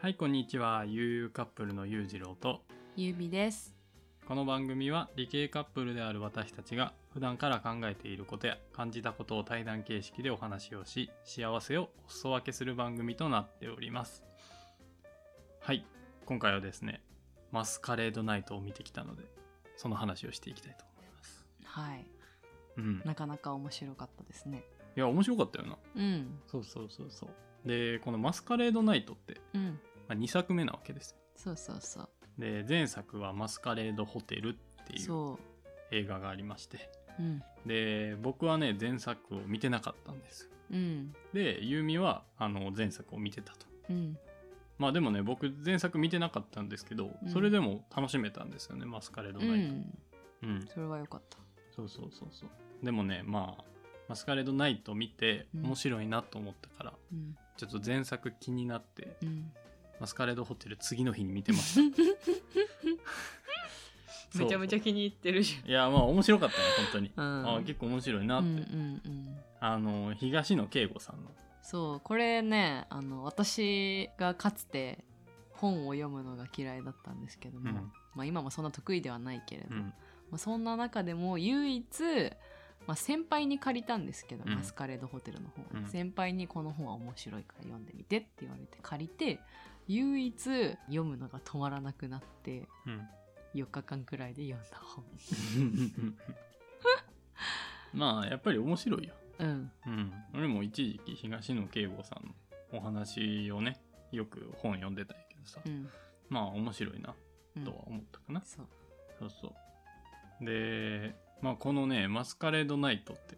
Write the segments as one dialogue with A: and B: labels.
A: はい、こんにちは。ゆうカップルのゆうじろうと、
B: ゆみです。
A: この番組は理系カップルである私たちが普段から考えていることや感じたことを対談形式でお話をし、幸せをお裾分けする番組となっております。はい、今回はですね、マスカレードナイトを見てきたので、その話をしていきたいと思います。
B: はい。
A: うん。
B: なかなか面白かったですね。
A: いや、面白かったよな。
B: うん。
A: そうそうそうそう。で、このマスカレードナイトって、
B: うん。
A: まあ、2作目なわけですよ。
B: そうそうそう。
A: で、前作はマスカレードホテルっていう
B: そ
A: 映画がありまして、
B: う。うん。
A: で僕はね前作を見てなかったんですよ
B: うん。
A: でユーミはあの前作を見てたと
B: うん。
A: まあでもね僕前作見てなかったんですけど、
B: うん
A: それでも楽しめたんですよねマスカレード
B: う
A: ナイト
B: ん。
A: うん、
B: それは良かった。
A: そうそうそうそうでもねまあマスカレードナイト見て
B: うん
A: 面白いなと思ったから、
B: うん。
A: ちょっと前作気になって
B: うん。
A: マスカレードホテル次の日に見てま したそう
B: めちゃめちゃ気に入ってるじ
A: いやまあ面白かったね本当に、
B: ゃん。
A: あ
B: うん。
A: 結構面白いな
B: う
A: って、
B: んうんうん。
A: あの東野圭吾さんの
B: そう。これね、あの、私がかつて本を読むのが嫌いだったんですけども、
A: うん
B: まあ今もそんな得意ではないけれど、
A: う
B: ま
A: ん
B: あ、そんな中でも唯一、まあ、先輩に借りたんですけど、
A: うん
B: マスカレードホテルの本、
A: うん
B: 先輩にこの本は面白いから読んでみてって言われて借りて唯一読むのが止まらなくなって
A: うん
B: 4日間くらいで読んだ本
A: まあやっぱり面白いよ、
B: うん
A: うん、俺も一時期東野圭吾さんのお話をねよく本読んでたんやけどさ、
B: うん、
A: まあ面白いな
B: うん
A: とは思ったかな、
B: そう
A: そうそうで、まあ、このね「マスカレードナイト」って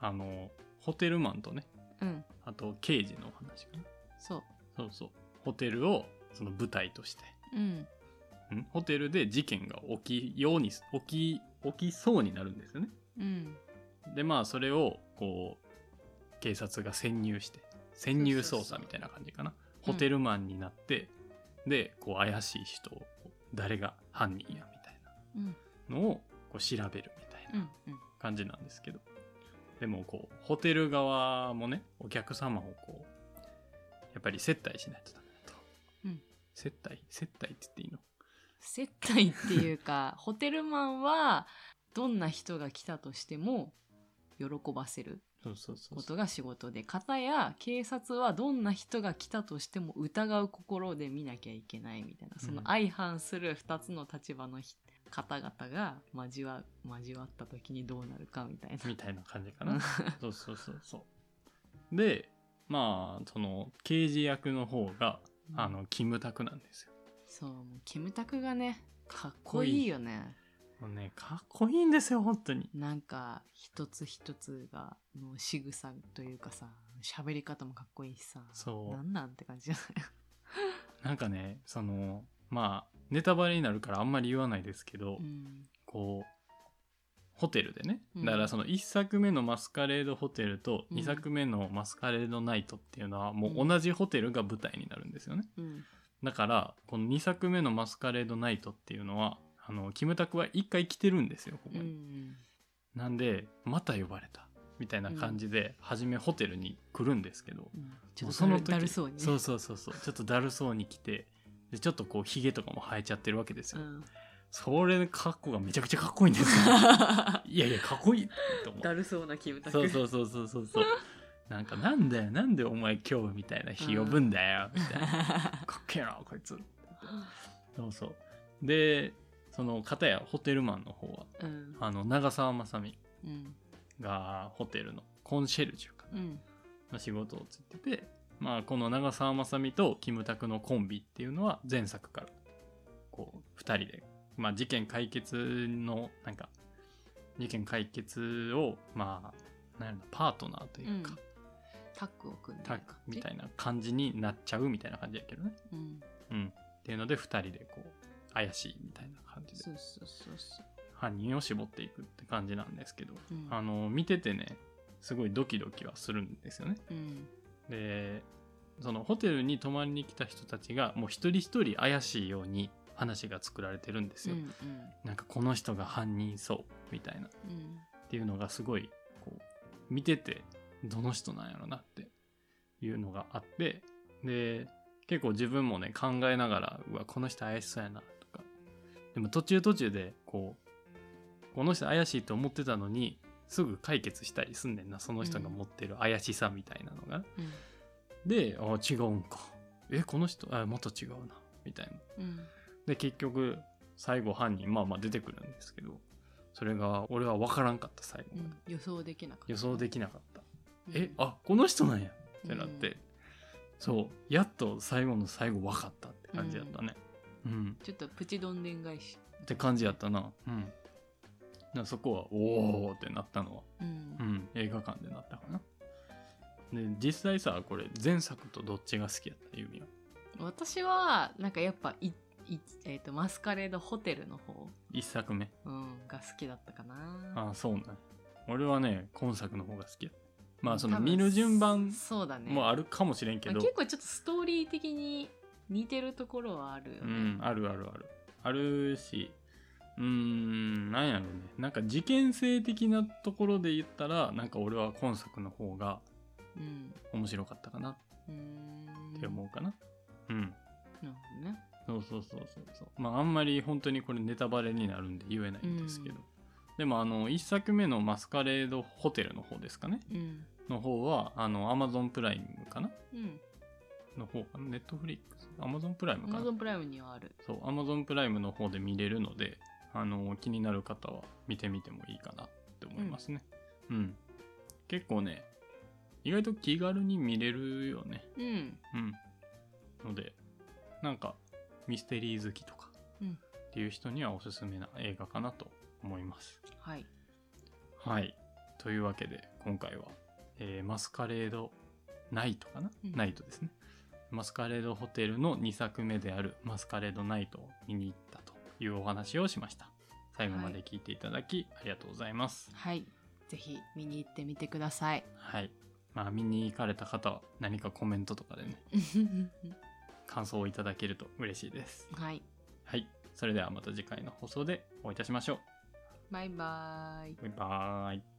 A: あのホテルマンとね
B: うん
A: あと刑事のお話かな
B: そう
A: そうそうホテルをその舞台として
B: うん
A: んホテルで事件が起きように起き起きそうになるんですよね
B: うん
A: でまあそれをこう警察が潜入して潜入捜査みたいな感じかな
B: うん
A: ホテルマンになって、でこう怪しい人を誰が犯人やみたい
B: うん
A: なのをこう調べるみた
B: う
A: いなん
B: うん
A: 感じなんですけど、でもこうホテル側もねお客様をこうやっぱり接待しないとダメだと、
B: うん
A: 接待接待って言っていいの
B: 接待っていうか ホテルマンはどんな人が来たとしても喜ばせる
A: そうそうそ
B: こ
A: うそ
B: と
A: う
B: が仕事で片や警察はどんな人が来たとしても疑う心で見なきゃいけないみたいなその相反する2つの立場のひ方々が交わ交わった時にどうなるかみたいな。
A: みたいな感じかなそうそうそうそう。で、まあ、その、刑事役の方が、あの、キムタクなんですよ。
B: そうもうキムタクがねかっこいいよね。
A: もうね、かっこいいんですよ、本当に。
B: なんか一つ一つがの仕草というかさ喋り方もかっこいいしさ
A: そう
B: なんなんって感じじゃない
A: なんかね、その、まあ、ネタバレになるからあんまり言わないですけど、
B: うん
A: こう、ホテルでね。
B: うん
A: だからその1作目のマスカレードホテルと
B: うん
A: 2作目のマスカレードナイトっていうのはもう同じホテルが舞台になるんですよね。
B: うん
A: だから、この2作目のマスカレードナイトっていうのは、あの、キムタクは1回来てるんですよ、ここ
B: う
A: に。
B: ん
A: なんでまた呼ばれたみたいな感じで、初めホテルに来るんですけど、
B: うんちょ
A: も
B: っ
A: う
B: とだるだるそうにね
A: そうそうそうそうちょっとだるそうに来てでちょっとこうヒゲとかも生えちゃってるわけですよ、
B: うん
A: それの格好がめちゃくちゃかっこいいんです よいやいやかっこいいと思
B: だ
A: う
B: るそうなキムタク
A: そうそうそうそうそうそうなんかなんだよなんでお前今日みたいな日呼ぶんだよ、みたいなかっけえなこいつそうそうでその片やホテルマンの方は
B: うん
A: あの長澤まさみ
B: うん
A: がホテルのコンシェルジュかな
B: うん
A: の仕事をついてて、まあ、この長澤まさみとキムタクのコンビっていうのは前作からこう2人で、まあ、事件解決のなんか事件解決をまあなんやろなパートナーというか、
B: タッグを組んで
A: タッ
B: る
A: グ
B: 感じ
A: みたいな感じになっちゃうみたいな感じやけどね、
B: うん
A: うん、っていうので2人でこう怪しいみたいな感じで
B: そうそうそうそ
A: 犯人を絞っていくって感じなんですけど、
B: ううん
A: あの見ててねすごいドキドキはするんですよね
B: うん
A: でそのホテルに泊まりに来た人たちがもう一人一人怪しいように話が作られてるんです
B: うんう
A: よ、
B: ん
A: なんかこの人が犯人そうみたいなっ
B: うん
A: ていうのがすごいこう見ててどの人なんやろなっていうのがあってで結構自分もね考えながらうわこの人怪しそうやなとかでも途中途中でこうこの人怪しいと思ってたのにすぐ解決したりすんねんなその人が持ってる怪しさみたいなのが、
B: うん
A: であ違うんかえこの人あまた違うなみたいな
B: うん
A: で結局最後犯人まあまあ出てくるんですけどそれが俺は分からんかった最後
B: う
A: まで、
B: ん、予想できなかった
A: 予想できなかった、
B: うん
A: えあこの人なんやってなっ
B: う
A: て
B: ん、
A: そうやっと最後の最後分かったって感じやったねうん、
B: ちょっとプチどんでん返し、
A: って感じやったなうんだからそこはおおってなったのは、
B: うん
A: うん、映画館でなったかなで実際さこれ前作とどっちが好きやったユミは
B: 私はなんかやっぱいい、えー、とマスカレードホテルの方、
A: 1作目
B: うん、が好きだったかな
A: ああそうなんや俺はね今作の方が好きやまあその
B: 多分
A: 見る順番
B: そうだね
A: もあるかもしれんけ
B: まあ
A: ど、
B: 結構ちょっとストーリー的に似てるところはあるよね、
A: うんあるあるあるあるしうーんなんやろうねなんか事件性的なところで言ったらなんか俺は今作の方が
B: うん
A: 面白かったかな
B: うーん
A: って思うかなうん、
B: なるほどね
A: そうそうそうそうそうまああんまり本当にこれネタバレになるんで言えないんですけど、
B: うん
A: でもあの1作目のマスカレードホテルの方ですかね
B: うん
A: の方はあの Amazon プライムかな
B: うん
A: の方かな Netflix Amazon プライム
B: ア
A: かな
B: マゾンプライムにはある
A: そう、Amazon プライムの方で見れるので、あの、気になる方は見てみてもいいかなって思いますね。うん。結構ね、意外と気軽に見れるよね。
B: うん
A: うん。ので、なんか、ミステリー好きとか、
B: うん
A: っていう人にはおすすめな映画かなと思います。
B: はい
A: はい。というわけで、今回は、えーマスカレードナイトかな、
B: うん
A: ナイトですね。マスカレードホテルの2作目であるマスカレードナイトを見に行ったというお話をしました。最後まで聞いていただき、ありがとうございます。
B: はいぜひ見に行ってみてください
A: はい。まあ、見に行かれた方は何かコメントとかでね、感想をいただけると嬉しいです。
B: はい
A: はい。それではまた次回の放送でお会いいたしましょ
B: バイバーイ
A: う。バイバーイ。